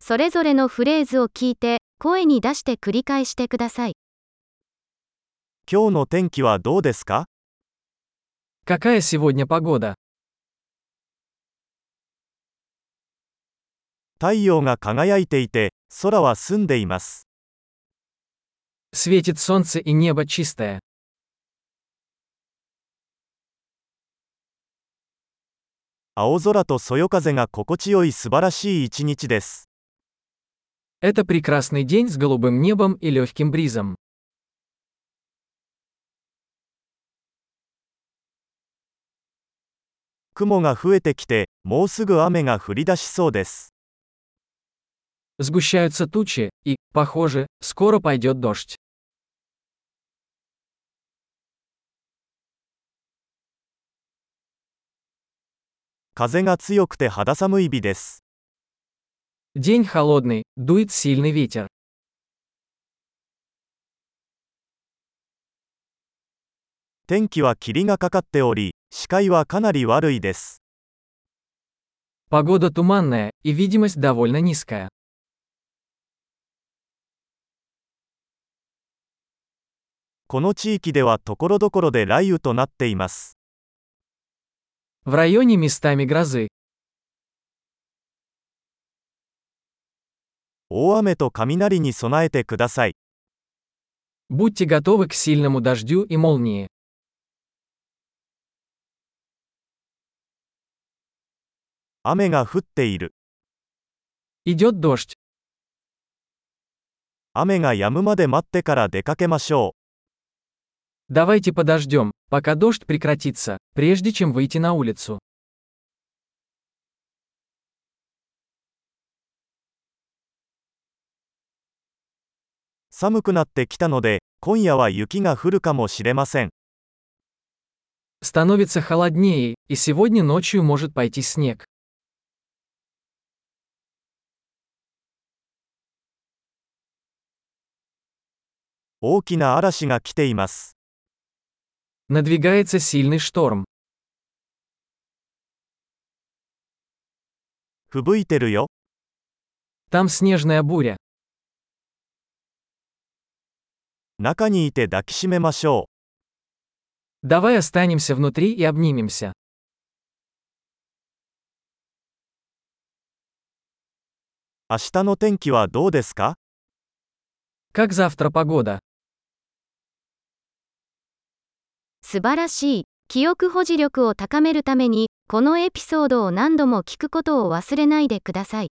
それぞれのフレーズを聞いて、声に出して繰り返してください。今日の天気はどうですか Какая сегодня погода? 太陽が輝いていて、空は澄んでいます。 Светит солнце и небо чистое. 青空とそよ風が心地よい素晴らしい一日です。 Это прекрасный день с голубым небом и легким бризом. 雲が増えてきて、もうすぐ雨が降り出しそうです。 Сгущаются тучи, и, похоже, скоро пойдет дождь. 風が強くて肌寒い日です。 День холодный, дует сильный ветер. 天気は霧がかかっており、視界はかなり悪いです。 Погода туманная, и видимость довольно низкая. この地域ではところどころで雷雨となっています。 В районе местами грозы. 大雨と雷に備えてください。 Будьте готовы к сильному дождю и молнии. 雨が降っている。 Идет дождь. 雨が止むまで待ってから出かけましょう。 Давайте подождем, пока дождь прекратится, прежде чем выйти на улицу. 寒くなってきたので、今夜は雪が降るかもしれません。 Становится холоднее, и сегодня ночью может пойти снег. 大きな嵐が来ています。 Надвигается сильный шторм. 吹雪いてるよ。 Там снежная буря. 中にいて抱きしめましょう。 Давай останемся внутри и обнимемся. 明日の天気はどうですか Как завтра погода? 素晴らしい。記憶保持力を高めるために、このエピソードを何度も聞くことを忘れないでください。